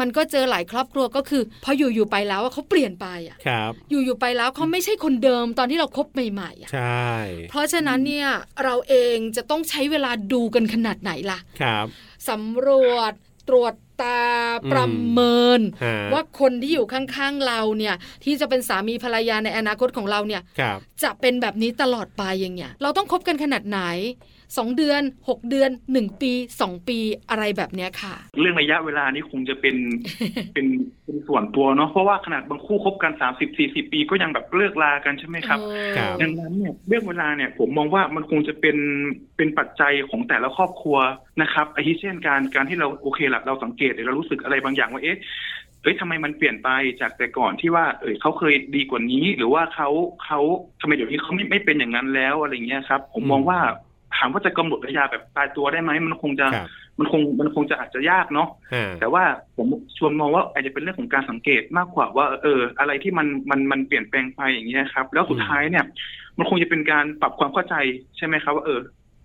[SPEAKER 1] มันก็เจอหลายครอบครัวก็คือ พออยู่ ๆ ไปแล้วอะเขาเปลี่ยนไปอะ
[SPEAKER 2] ครับ
[SPEAKER 1] อยู่ ๆ ไปแล้วเขาไม่ใช่คนเดิมตอนที่เราคบใหม่ ๆอะ
[SPEAKER 2] ใช่
[SPEAKER 1] เพราะฉะนั้นเนี่ยเราเองจะต้องใช้เวลาดูกันขนาดไหนล่ะ
[SPEAKER 2] ครับ
[SPEAKER 1] สำรวจตรวจตา
[SPEAKER 2] อืม
[SPEAKER 1] ประเมิน
[SPEAKER 2] ฮะ
[SPEAKER 1] ว่าคนที่อยู่ข้างๆเราเนี่ยที่จะเป็นสามีภรรยาในอนาคตของเราเนี่ย
[SPEAKER 2] ครับ
[SPEAKER 1] จะเป็นแบบนี้ตลอดไปอย่างเงี้ย เราต้องคบกันขนาดไหน 2 เดือน 6 เดือน 1 ปี 2 ปีอะไรแบบเนี้ยค่ะ
[SPEAKER 5] เรื่องระยะเวลานี้คงจะเป็น เป็นเป็นส่วนตัวเนาะเพราะว่าขนาดบางคู่คบกันสามสิบสี่สิบปีก็ยังแบบเลิกลากันใช่ไหมครับ
[SPEAKER 1] เออ
[SPEAKER 2] ครับ
[SPEAKER 5] ดังนั้นเนี่ยเรื่องเวลาเนี่ยผมมองว่ามันคงจะเป็นเป็นปัจจัยของแต่ละครอบครัวนะครับอาทิเช่นการการที่เราโอเคละเราสังเกตหรือเรารู้สึกอะไรบางอย่างว่าเอ๊ะเอ้ยทำไมมันเปลี่ยนไปจากแต่ก่อนที่ว่า เอยเขาเคยดีกว่านี้ หรือว่าเขาเขาทำไมเดี๋ยวนี้เขาไม่ไม่เป็นอย่างนั้นแล้วอะไรเงี้ยครับ ผมมองว่าถามว่าจะกำหนดระยะแบบตายตัวได้ไหมมันคงจะ
[SPEAKER 2] ครับ
[SPEAKER 5] มันคงมันคงจะอาจจะยากเนาะ
[SPEAKER 2] ฮะ
[SPEAKER 5] แต่ว่าผมชวนมองว่าอาจจะเป็นเรื่องของการสังเกตมากกว่าว่าเอออะไรที่มันมันมันเปลี่ยนแปลงไปอย่างเงี้ยครับ แล้วสุดท้ายเนี่ย มันคงจะเป็นการปรับความเข้าใจใช่ไหมครับว่าเออ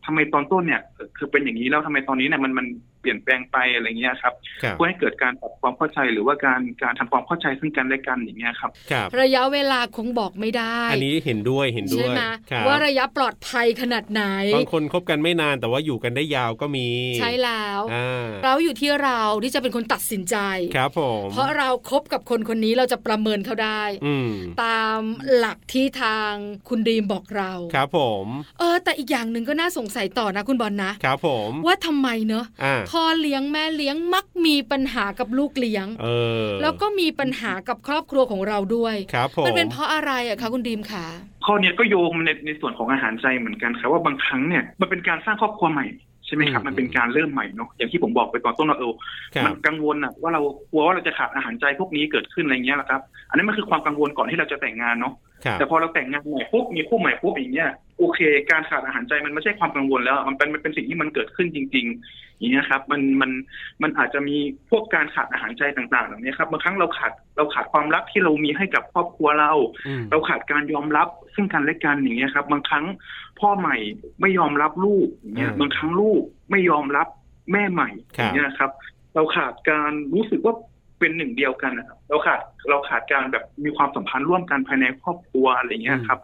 [SPEAKER 5] ทำไมตอนต้นเนี่ยเออคือเป็นอย่างนี้แล้วทำไมตอนนี้เนี่ยมันมันเปลี่ยนแปลงไปอะไรเงี้ยครับ
[SPEAKER 2] ครับ
[SPEAKER 5] เพื่อให้เกิดการปรับความเข้าใจหรือว่าการการทำความเข้าใจซึ่งกันและกันอย่างเงี้ยครับ
[SPEAKER 2] ครับ
[SPEAKER 1] ระยะเวลาคงบอกไม่ได้
[SPEAKER 2] อันนี้เห็นด้วยเห็นด้
[SPEAKER 1] ใช่
[SPEAKER 2] วย
[SPEAKER 1] ไหม
[SPEAKER 2] ครับ
[SPEAKER 1] ว่าระยะปลอดภัยขนาดไหน
[SPEAKER 2] บางคนคบกันไม่นานแต่ว่าอยู่กันได้ยาวก็มี
[SPEAKER 1] ใช่แล้ว
[SPEAKER 2] อ่า
[SPEAKER 1] เราอยู่ที่เราที่จะเป็นคนตัดสินใจ
[SPEAKER 2] ครับผม
[SPEAKER 1] เพราะเราครบกับคนคนนี้เราจะประเมินเขาได้
[SPEAKER 2] อืม
[SPEAKER 1] ตามหลักที่ทางคุณดีมบอกเรา
[SPEAKER 2] ครับผม
[SPEAKER 1] เออแต่อีกอย่างหนึ่งก็น่าสงสัยต่อนะคุณบอลนะ
[SPEAKER 2] ครับผม
[SPEAKER 1] ว่าทำไมเนอะ
[SPEAKER 2] อ่า
[SPEAKER 1] พ่อเลี้ยงแม่เลี้ยงมักมีปัญหากับลูกเลี้ยง
[SPEAKER 2] เออ
[SPEAKER 1] แล้วก็มีปัญหากับครอบครัวของเราด้วย
[SPEAKER 2] ครับผม
[SPEAKER 1] มันเป็นเพราะอะไรอะคะคุณดีมคะ
[SPEAKER 5] ข้อเนี้ยก็โยงในในส่วนของอาหารใจเหมือนกันครับว่าบางครั้งเนี่ยมันเป็นการสร้างครอบครัวใหม่ใช่ไหมครับมันเป็นการเริ่มใหม่เนาะอย่างที่ผมบอกไปตอนต้นว่าเออ
[SPEAKER 2] ครั
[SPEAKER 5] มั
[SPEAKER 2] บ
[SPEAKER 5] นกังวลอะว่าเรากลัวว่าเราจะขาดอาหารใจพวกนี้เกิดขึ้นอะไรเงี้ยแหละครับ อันนั้นมันคือความกังวลก่อนที่เราจะแต่งงานเนาะ
[SPEAKER 2] ครับ
[SPEAKER 5] แต่พอเราแต่งงานใหม่ปุ๊บมีคู่ใหม่ปุ๊บอย่างเงี้ยโอเค การขาดอาหารใจมันไม่ใช่ความกังวลแล้วอะมันเป็นมันเป็นสิ่งที่มันเกิดขึ้นจริง ๆ อย่างเงี้ยครับมันมันมันอาจจะมีพวกการขาดอาหารใจต่างๆเหล่านี้ครับบางครั้งเราขาดเราขาดความรักที่เรามีให้กับครอบครัวเรา
[SPEAKER 2] อืม
[SPEAKER 5] เราขาดการยอมรับซึ่งกันและกันอย่างเงี้ยครับ บางครั้งพ่อใหม่ไม่ยอมรับลูกอย่างเงี้ยบางครั้งลูกไม่ยอมรับแม่ใหม่อย่างเงี้ยครับ เราขาดการรู้สึกว่าเป็นหนึ่งเดียวกันนะครับเราขาดเราขาดการแบบมีความสัมพันธ์ร่วมกันภายในครอบครัวอะไรเงี้ยครับ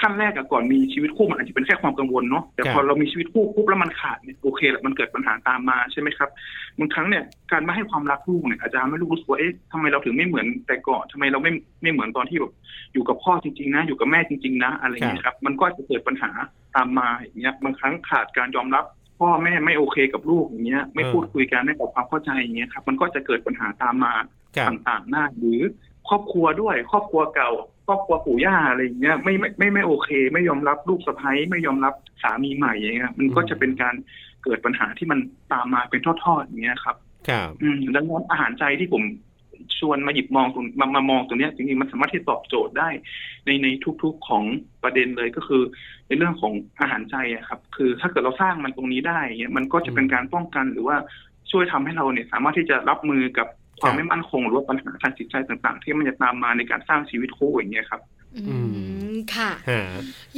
[SPEAKER 5] ขั้นแรกอะก่อนมีชีวิตคู่มันอาจจะเป็นแค่ความกังวลเนาะแต่พอเรามีชีวิตคู่ปุ๊บแล้วมันขาดเนี่ยโอเคแหละมันเกิดปัญหาตามมาใช่ไหมครับ บางครั้งเนี่ยการไม่ให้ความรักลูกเนี่ยอาจจะทำให้ลูกรู้สึกว่าเอ๊ะทำไมเราถึงไม่เหมือนแต่ก่อนทำไมเราไม่ไม่เหมือนตอนที่แบบอยู่กับพ่อจริงๆนะ อยู่กับแม่จริง ๆ นะ อะไรอย่างเงี้ยครับมันก็จะเกิดปัญหาตามมาอย่างเงี้ยบางครั้งขาดการยอมรับ พ่อแม่ไม่โอเคกับลูกอย่างเงี้ยไม่พูดคุยกันไม่ปรับความเข้าใจอย่างเงี้ยครับมันก็จะเกิดปัญหาตามมา
[SPEAKER 2] ครับ
[SPEAKER 5] ต่างๆหน้าหรือครอบครัวด้วยครอบครัวเก่า ครอบครัวปู่ย่าอะไรอย่างเงี้ยไม่ไมไม่ไม่โอเค ไม่ยอมรับลูกสะใภ้ไม่ยอมรับสามีใหม่อย่างเงี้ยมันก็จะเป็นการเกิดปัญหาที่มันตามมาเป็นทอดๆอย่างเงี้ยครับ
[SPEAKER 2] ครับ
[SPEAKER 5] อืมดังนั้นอาหารใจที่ผมชวนมาหยิบมองตรงมามามองตรงเนี้ยจริงๆมันสามารถที่จะตอบโจทย์ได้ในในทุกๆของประเด็นเลยก็คือ ในเรื่องของอาหารใจอะครับ คือถ้าเกิดเราสร้างมันตรงนี้ได้เนี่ยมันก็จะเป็นการป้องกันหรือว่าช่วยทำให้เราเนี่ยสามารถที่จะรับมือกับความไม่มั่นคงหรือว่าปัญหาทางจิตใจต่างๆ ที่มันจะตามมาในการสร้างชีวิตคู่อย่างเงี้ยครับ
[SPEAKER 1] อืมค่ะ
[SPEAKER 2] ฮะ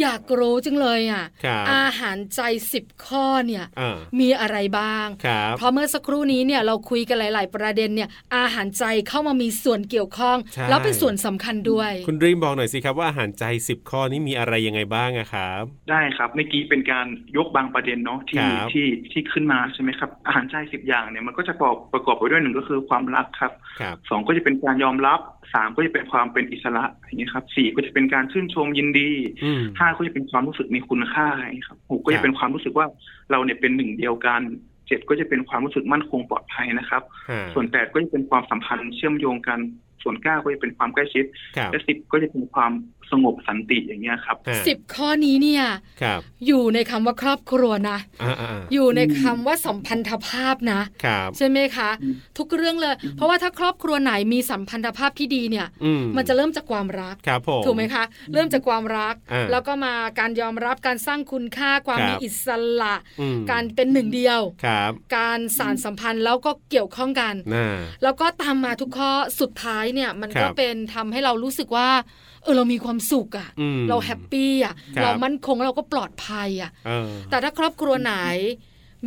[SPEAKER 1] อยากรู้จังเลยอะ
[SPEAKER 2] ครับ
[SPEAKER 1] อาหารใจ 10 ข้อเนี่ย
[SPEAKER 2] อ่า
[SPEAKER 1] มีอะไรบ้าง
[SPEAKER 2] ครับ
[SPEAKER 1] เพราะเมื่อสักครู่นี้เนี่ยเราคุยกันหลาย ๆ ประเด็นเนี่ยอาหารใจเข้ามามีส่วนเกี่ยวข้อง
[SPEAKER 2] ใช่
[SPEAKER 1] แล้วเป็นส่วนสำคัญด้วย
[SPEAKER 2] คุณรีมบอกหน่อยสิครับว่าอาหารใจ 10 ข้อนี้มีอะไรยังไงบ้างอะครับ
[SPEAKER 5] ได้ครับเมื่อกี้เป็นการยกบางประเด็นเนาะที่
[SPEAKER 2] ครับ
[SPEAKER 5] ที่ที่ขึ้นมาใช่ไหมครับ อาหารใจสิบอย่างเนี่ยมันก็จะประกอบประกอบไปด้วยหนึ่งก็คือความรักครับ
[SPEAKER 2] ครับ
[SPEAKER 5] สองก็จะเป็นการยอมรับ สามก็จะเป็นความเป็นอิสระอย่างเงี้ยครับสี่ก็จะเป็นการชื่นชมยินดี
[SPEAKER 2] อืม
[SPEAKER 5] ห้าก็จะเป็นความรู้สึกมีคุณค่าอย่างเงี้ยครับหกก็
[SPEAKER 2] ครั
[SPEAKER 5] จะ
[SPEAKER 2] บ
[SPEAKER 5] เป็นความรู้สึกว่าเราเนี่ยเป็นหนึ่งเดียวกันเจ็ดก็จะเป็นความรู้สึกมั่นคงปลอดภัยนะครับ
[SPEAKER 2] ฮะ
[SPEAKER 5] ส่วนแปดก็จะเป็นความสัมพันธ์เชื่อมโยงกัน ส่วนเก้าก็จะเป็นความใกล้ชิด
[SPEAKER 2] ครับ
[SPEAKER 5] และสิบก็จะเป็นความสงบสันติอย่างเงี้ยครับ
[SPEAKER 2] ฮะ
[SPEAKER 1] สิบข้อนี้เนี่ย
[SPEAKER 2] ครับ
[SPEAKER 1] อยู่ในคำว่าครอบครัวนะ
[SPEAKER 2] อ่าอ่าอ่า
[SPEAKER 1] อยู่ในคำว่าสัมพันธภาพนะ
[SPEAKER 2] ครับ
[SPEAKER 1] ใช่ไหมคะ
[SPEAKER 5] อืม
[SPEAKER 1] ทุกเรื่องเลย
[SPEAKER 5] อืม
[SPEAKER 1] เพราะว่าถ้าครอบครัวไหนมีสัมพันธภาพที่ดีเนี่ย
[SPEAKER 2] อืม
[SPEAKER 1] มันจะเริ่มจากความรัก
[SPEAKER 2] ครับผม
[SPEAKER 1] ถูกไหมคะ เริ่มจากความรัก
[SPEAKER 2] อ่า
[SPEAKER 1] แล้วก็มาการยอมรับการสร้างคุณค่าความ
[SPEAKER 2] ครับ
[SPEAKER 1] มีอิสระ
[SPEAKER 2] อืม
[SPEAKER 1] การเป็นหนึ่งเดียว
[SPEAKER 2] ครับ
[SPEAKER 1] การสานสัมพันธ์แล้วก็เกี่ยวข้องกัน
[SPEAKER 2] น่า
[SPEAKER 1] แล้วก็ตามมาทุกข้อสุดท้ายเนี่ยมัน
[SPEAKER 2] ครั
[SPEAKER 1] ก็
[SPEAKER 2] บ
[SPEAKER 1] เป็นทำให้เรารู้สึกว่าเออเรามีความสุขอะ
[SPEAKER 2] อืม
[SPEAKER 1] เราแฮปปี้อะ
[SPEAKER 2] ครับ
[SPEAKER 1] เรามั่นคงเราก็ปลอดภัยอะ
[SPEAKER 2] เออ
[SPEAKER 1] แต่ถ้าครอบครัวไหน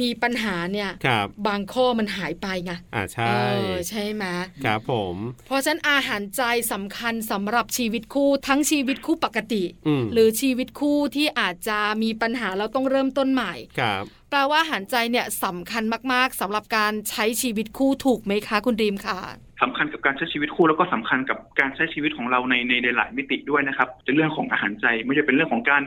[SPEAKER 1] มีปัญหาเนี่ย
[SPEAKER 2] ครับ
[SPEAKER 1] บางข้อมันหายไปไง
[SPEAKER 2] อ่า
[SPEAKER 1] เอ
[SPEAKER 2] ใช่
[SPEAKER 1] อใช่ไหม
[SPEAKER 2] ครับผม
[SPEAKER 1] เพราะฉะนั้นอาหารใจสำคัญสำหรับชีวิตคู่ทั้งชีวิตคู่ปกติ
[SPEAKER 2] อืม
[SPEAKER 1] หรือชีวิตคู่ที่อาจจะมีปัญหาแล้วต้องเริ่มต้นใหม่
[SPEAKER 2] ครับ
[SPEAKER 1] แปลว่าอาหารใจเนี่ยสำคัญมากๆสำหรับการใช้ชีวิตคู่ถูกไหมคะ คุณดีมค่ะ
[SPEAKER 5] สำคัญกับการใช้ชีวิตคู่แล้วก็สำคัญกับการใช้ชีวิตของเราในในหลายๆมิติด้วยนะครับในเรื่องของอาหารใจไม่ใช่เป็นเรื่องของการ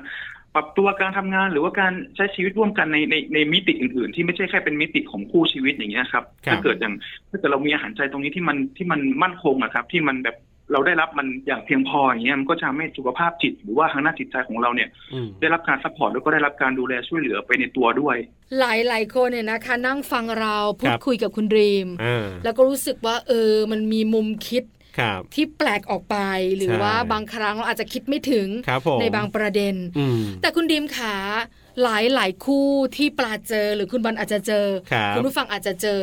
[SPEAKER 5] ปรับตัวการทำงาน หรือว่าการใช้ชีวิตร่วมกันในในในมิติอื่นๆ ที่ไม่ใช่แค่เป็นมิติของคู่ชีวิตอย่างเงี้ยครับถ้าเกิดอย่างถ้าเกิดเรามีอาหารใจตรงนี้ที่มันที่มันมั่นคงนะครับ ที่มันแบบเราได้รับมันอย่างเพียงพออย่างเงี้ยมันก็จะทำให้สุขภาพจิต หรือว่าทางหน้านจิตใจของเราเนี่ย
[SPEAKER 2] อืม
[SPEAKER 5] ได้รับการซัพพอร์ตแล้วก็ได้รับการดูแลช่วยเหลือไปในตัวด้วย
[SPEAKER 1] หลายหลายๆคนเนี่ยนะคะ นั่งฟังเราพูดคุยกับคุณดีม
[SPEAKER 2] อ่า
[SPEAKER 1] แล้วก็รู้สึกว่าเออมันมีมุมคิด
[SPEAKER 2] ครับ
[SPEAKER 1] ที่แปลกออกไป หรือ
[SPEAKER 2] ใช่
[SPEAKER 1] ว่าบางครั้งเราอาจจะคิดไม่ถึง
[SPEAKER 2] ครับผม
[SPEAKER 1] ในบางประเด็น
[SPEAKER 2] อืม
[SPEAKER 1] แต่คุณดีมขาหลายหลาย ๆ คู่ที่ปลาเจอหรือคุณบอลอาจจะเจอ
[SPEAKER 2] ครับ
[SPEAKER 1] ณผู้ฟังอาจจะเจอ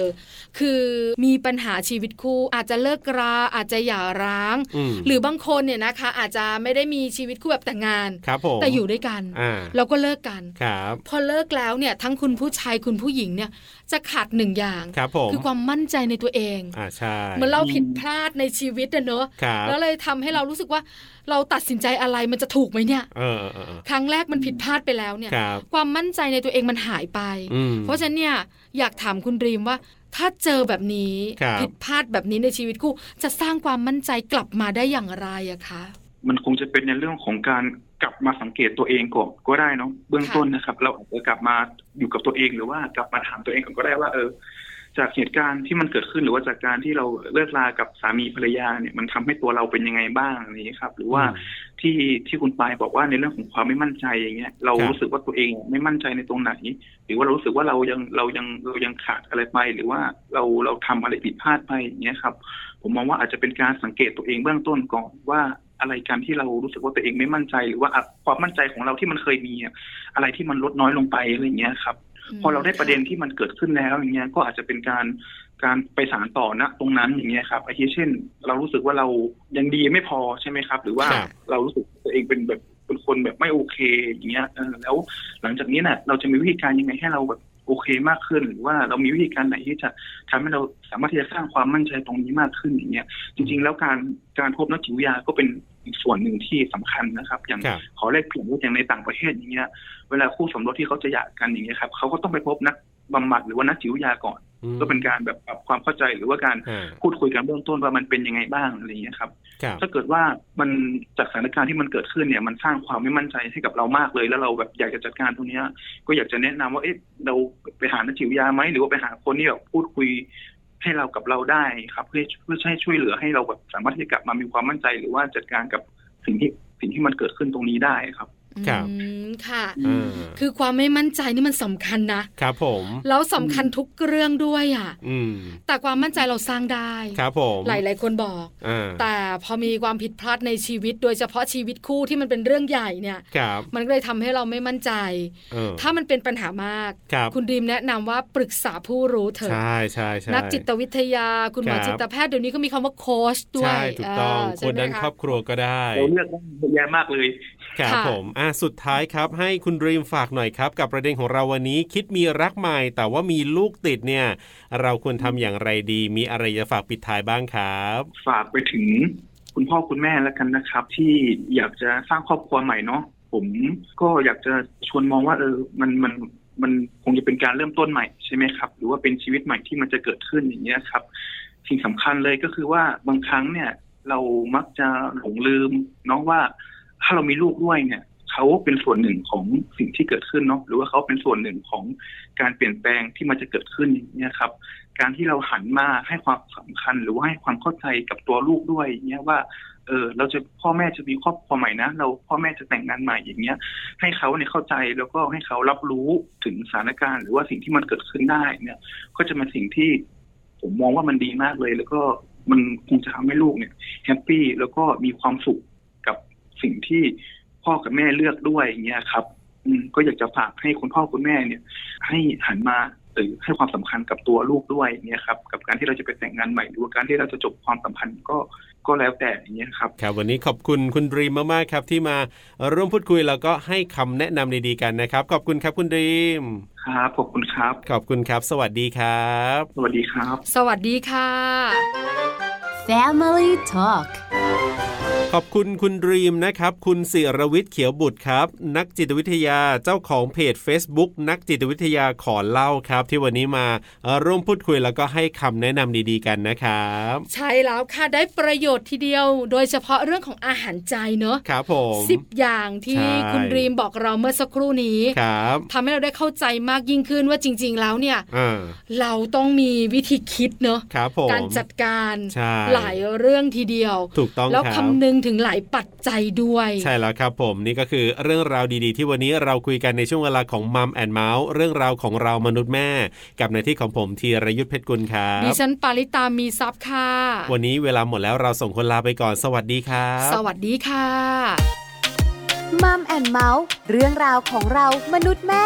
[SPEAKER 1] คือมีปัญหาชีวิตคู่อาจจะเลิกราอาจจะหย่าร้าง
[SPEAKER 2] อืม
[SPEAKER 1] หรือบางคนเนี่ยนะคะ อาจจะไม่ได้มีชีวิตคู่แบบแต่งงาน
[SPEAKER 2] ครับผม
[SPEAKER 1] แต่อยู่ด้วยกัน
[SPEAKER 2] อ่า
[SPEAKER 1] แล้วก็เลิกกัน
[SPEAKER 2] ครับ
[SPEAKER 1] พอเลิกแล้วเนี่ยทั้งคุณผู้ชายคุณผู้หญิงเนี่ยจะขาดหนึ่งอย่าง
[SPEAKER 2] ครับผม
[SPEAKER 1] คือความมั่นใจในตัวเอง
[SPEAKER 2] อ่าใช่
[SPEAKER 1] เหมือนเราผิดพลาดในชีวิตอะเนอะ
[SPEAKER 2] ครับ
[SPEAKER 1] แล้วเลยทำให้เรารู้สึกว่าเราตัดสินใจอะไรมันจะถูกไหมเนี่ย
[SPEAKER 2] เออเออเออเออ
[SPEAKER 1] ครั้งแรกมันผิดพลาดไปแล้วเนี่ย
[SPEAKER 2] ครับ
[SPEAKER 1] ความมั่นใจในตัวเองมันหายไป
[SPEAKER 2] อืม
[SPEAKER 1] เพราะฉะนั้นเนี่ยอยากถามคุณรีมว่า ถ้าเจอแบบนี้
[SPEAKER 2] ครับ
[SPEAKER 1] ผิดพลาดแบบนี้ในชีวิตคู่ จะสร้างความมั่นใจกลับมาได้อย่างไรอะคะ
[SPEAKER 5] มันคงจะเป็นในเรื่องของการกลับมาสังเกตตัวเองก่อนก็ได้เนาะเบื้องต้นนะครับ เราอาจจะกลับมาอยู่กับตัวเองหรือว่ากลับมาถามตัวเองก่อนก็ได้ว่า เออ จากเหตุการณ์ที่มันเกิดขึ้นหรือว่าจากการที่เราเลิกลากับสามีภรรยาเนี่ยมันทำให้ตัวเราเป็นยังไงบ้างอะไรอย่างนี้ครับ หรือว่าที่ที่คุณปายบอกว่าในเรื่องของความไม่มั่นใจอย่างเงี้ยเรา
[SPEAKER 2] ครับ
[SPEAKER 5] รู้สึกว่าตัวเองไม่มั่นใจในตรงไหน หรือว่าเรารู้สึกว่าเรายังเรายังเรายังขาดอะไรไป หรือว่าเราเราทำอะไรผิดพลาดไปอย่างเงี้ยครับ ผมมองว่าอาจจะเป็นการสังเกตตัวเองเบื้องต้นก่อนว่าอะไรการที่เรารู้สึกว่าตัวเองไม่มั่นใจ หรือว่าอ่ะความมั่นใจของเราที่มันเคยมีอะอะไรที่มันลดน้อยลงไปอะไรอย่างเงี้ยครับ พอเราได้ประเด็นที่มันเกิดขึ้นแล้วอย่างเงี้ยก็อาจจะเป็นการการไปสารต่อณตรงนั้นอย่างเงี้ยครับอาทิเช่น เรารู้สึกว่าเรายังดีไม่พอใช่ไหมครับ หรือว่า
[SPEAKER 2] ครับ
[SPEAKER 5] เรารู้สึกตัวเองเป็นแบบเป็นคนแบบไม่โอเคอย่างเงี้ยเออแล้วหลังจากนี้น่ะเราจะมีวิธีการยังไงให้เราแบบโอเคมากขึ้น หรือว่าเรามีวิธีการไหนที่จะทำให้เราสามารถที่จะสร้างความมั่นใจตรงนี้มากขึ้นอย่างเงี้ยจริง ๆ แล้วการการพบนักจิตวิทยาก็เป็นอีกส่วนหนึ่งที่สำคัญนะครับ อย่าง
[SPEAKER 2] ครับ
[SPEAKER 5] ขอแลกเปลี่ยนว่าอย่างในต่างประเทศอย่างเงี้ย เวลาคู่สมรสที่เขาจะหย่ากันอย่างเงี้ยครับเขาก็ต้องไปพบนักบำบัดหรือว่านักจิตวิทยาก่อน
[SPEAKER 2] อืม
[SPEAKER 5] ก็เป็นการแบบปรับความเข้าใจหรือว่าการ
[SPEAKER 2] อ่า
[SPEAKER 5] พูดคุยกันเบื้องต้นว่ามันเป็นยังไงบ้างอะไรอย่างเงี้ยครับ
[SPEAKER 2] ครับ
[SPEAKER 5] ถ้าเกิดว่ามันจากสถานการณ์ที่มันเกิดขึ้นเนี่ยมันสร้างความไม่มั่นใจให้กับเรามากเลย แล้วเราแบบอยากจะจัดการตรงเนี้ยก็อยากจะแนะนำว่าเอ๊ะเราไปหานักจิตวิทยาไหมหรือว่าไปหาคนที่แบบพูดคุยให้เรากับเราได้ครับ เพื่อเพื่อให้ช่วยเหลือให้เราแบบสามารถที่จะกลับมามีความมั่นใจ หรือว่าจัดการกับสิ่งที่สิ่งที่มันเกิดขึ้นตรงนี้ได้ครับ
[SPEAKER 2] ครับ
[SPEAKER 1] อืมค่ะ
[SPEAKER 2] อ่า
[SPEAKER 1] คือความไม่มั่นใจนี่มันสำคัญนะครับ
[SPEAKER 2] ผม
[SPEAKER 1] แล้วสำคัญทุกเรื่องด้วยอะ
[SPEAKER 2] อืม
[SPEAKER 1] แต่ความมั่นใจเราสร้างได้
[SPEAKER 2] ครับผม
[SPEAKER 1] หลาย ๆ คนบอก
[SPEAKER 2] อ่า
[SPEAKER 1] แต่พอมีความผิดพลาดในชีวิต โดยเฉพาะชีวิตคู่ที่มันเป็นเรื่องใหญ่เนี่ย
[SPEAKER 2] ครับ
[SPEAKER 1] มันก็เลยทำให้เราไม่มั่นใจ
[SPEAKER 2] เออ
[SPEAKER 1] ถ้ามันเป็นปัญหามาก
[SPEAKER 2] ครับ
[SPEAKER 1] คุณดีมแนะนำว่าปรึกษาผู้รู้เถอะ
[SPEAKER 2] ใช่ใช่ใช่
[SPEAKER 1] นักจิตวิทยา คุณหมอ
[SPEAKER 2] ครับ
[SPEAKER 1] จิตแพทย์เดี๋ยวนี้ก็มีคำว่าโค้ชด้วย
[SPEAKER 2] ใช่ถูกต้อง
[SPEAKER 1] เ
[SPEAKER 2] คนนั้น
[SPEAKER 1] ใช่ไหมะ
[SPEAKER 2] ครอบครัวก็ได้
[SPEAKER 5] เราเลือกได้เยอะแยะมากเลย
[SPEAKER 2] ครับ
[SPEAKER 1] ค่ะ
[SPEAKER 2] ผมอ่ะสุดท้ายครับ ให้คุณดรีมฝากหน่อยครับ กับประเด็นของเราวันนี้คิดมีรักใหม่แต่ว่ามีลูกติดเนี่ย เราควรทำอย่างไรดี มีอะไรจะฝากปิดท้ายบ้างครับ
[SPEAKER 5] ฝากไปถึงคุณพ่อคุณแม่แล้วกันนะครับ ที่อยากจะสร้างครอบครัวใหม่เนาะผมก็อยากจะชวนมองว่าเออมันมันมันคงจะเป็นการเริ่มต้นใหม่ใช่ไหมครับ หรือว่าเป็นชีวิตใหม่ที่มันจะเกิดขึ้นอย่างเงี้ยครับ สิ่งสำคัญเลยก็คือว่าบางครั้งเนี่ย เรามักจะหลงลืมเนาะว่าถ้าเรามีลูกด้วยเนี่ยเขาเป็นส่วนหนึ่งของสิ่งที่เกิดขึ้นเนาะหรือว่าเขาเป็นส่วนหนึ่งของการเปลี่ยนแปลงที่มันจะเกิดขึ้นเนี่ยครับ การที่เราหันมาให้ความสำคัญหรือว่าให้ความเข้าใจกับตัวลูกด้วยเนี่ยว่าเออเราจะพ่อแม่จะมีครอบครัวใหม่นะเราพ่อแม่จะแต่งงานใหม่อย่างเงี้ย ให้เขาเนี่ยเข้าใจแล้วก็ให้เขารับรู้ถึงสถานการณ์หรือว่าสิ่งที่มันเกิดขึ้นได้เนี่ย ก็จะเป็นสิ่งที่ผมมองว่ามันดีมากเลย แล้วก็มันคงจะทำให้ลูกเนี่ยแฮปปี้แล้วก็มีความสุขกับสิ่งที่พ่อกับแม่เลือกด้วยอย่างเงี้ยครับอืมก็อยากจะฝากให้คุณพ่อคุณแม่เนี่ย ให้หันมาหรือให้ความสำคัญกับตัวลูกด้วยอย่างเนี่ยครับ กับการที่เราจะไปแต่งงานใหม่หรือว่าการที่เราจะจบความสัมพันธ์ก็ก็แล้วแต่อย่างเงี้ยครับ
[SPEAKER 2] ครับวันนี้ขอบคุณคุณดรีมมากๆครับที่มาร่วมพูดคุยแล้วก็ให้คำแนะนำดีๆกันนะครับ ขอบคุณครับคุณดรีม
[SPEAKER 5] ครับขอบคุณครับ
[SPEAKER 2] ขอบคุณครับ สวัสดีครับ
[SPEAKER 5] สวัสดีครับ
[SPEAKER 1] สวัสดีค่ะ
[SPEAKER 4] Family Talk
[SPEAKER 2] ขอบคุณคุณดรีมนะครับ คุณศิรวิทย์เขียวบุตรครับ นักจิตวิทยาเจ้าของเพจ Facebook นักจิตวิทยาขอเล่าครับ ที่วันนี้มาร่วมพูดคุยแล้วก็ให้คำแนะนำดีๆกันนะครับ
[SPEAKER 1] ใช่แล้วค่ะได้ประโยชน์ทีเดียว โดยเฉพาะเรื่องของอาหารใจเนอะ
[SPEAKER 2] ครับผม
[SPEAKER 1] สิบอย่างที่
[SPEAKER 2] ใช่
[SPEAKER 1] คุณรีมบอกเราเมื่อสักครู่นี้
[SPEAKER 2] ครับ
[SPEAKER 1] ทำให้เราได้เข้าใจมากยิ่งขึ้นว่าจริง ๆ แล้วเนี่ย
[SPEAKER 2] อ่า
[SPEAKER 1] เราต้องมีวิธีคิดเนอะ
[SPEAKER 2] ครับผม
[SPEAKER 1] การจัดการ
[SPEAKER 2] ใช่
[SPEAKER 1] หลายเรื่องทีเดียว
[SPEAKER 2] ถูกต้อง
[SPEAKER 1] แล้ว
[SPEAKER 2] รับ
[SPEAKER 1] คำนึงถึงหลายปัจจัยด้วย
[SPEAKER 2] ใช่แล้วครับผมนี่ก็คือเรื่องราวดีๆ ที่วันนี้เราคุยกันในช่วงเวลาของมัมแอนเมาส์เรื่องราวของเรามนุษย์แม่ กับในที่ของผมธีรยุทธเพชรกุลครั
[SPEAKER 1] ดิ
[SPEAKER 2] บ
[SPEAKER 1] ฉันปาริตามีซับค่ะ
[SPEAKER 2] วันนี้เวลาหมดแล้วเราส่งคนลาไปก่อนสวัสดีครับ
[SPEAKER 1] สวัสดีค่ะ
[SPEAKER 4] มัมแอนเมาส์เรื่องราวของเรามนุษย์แม่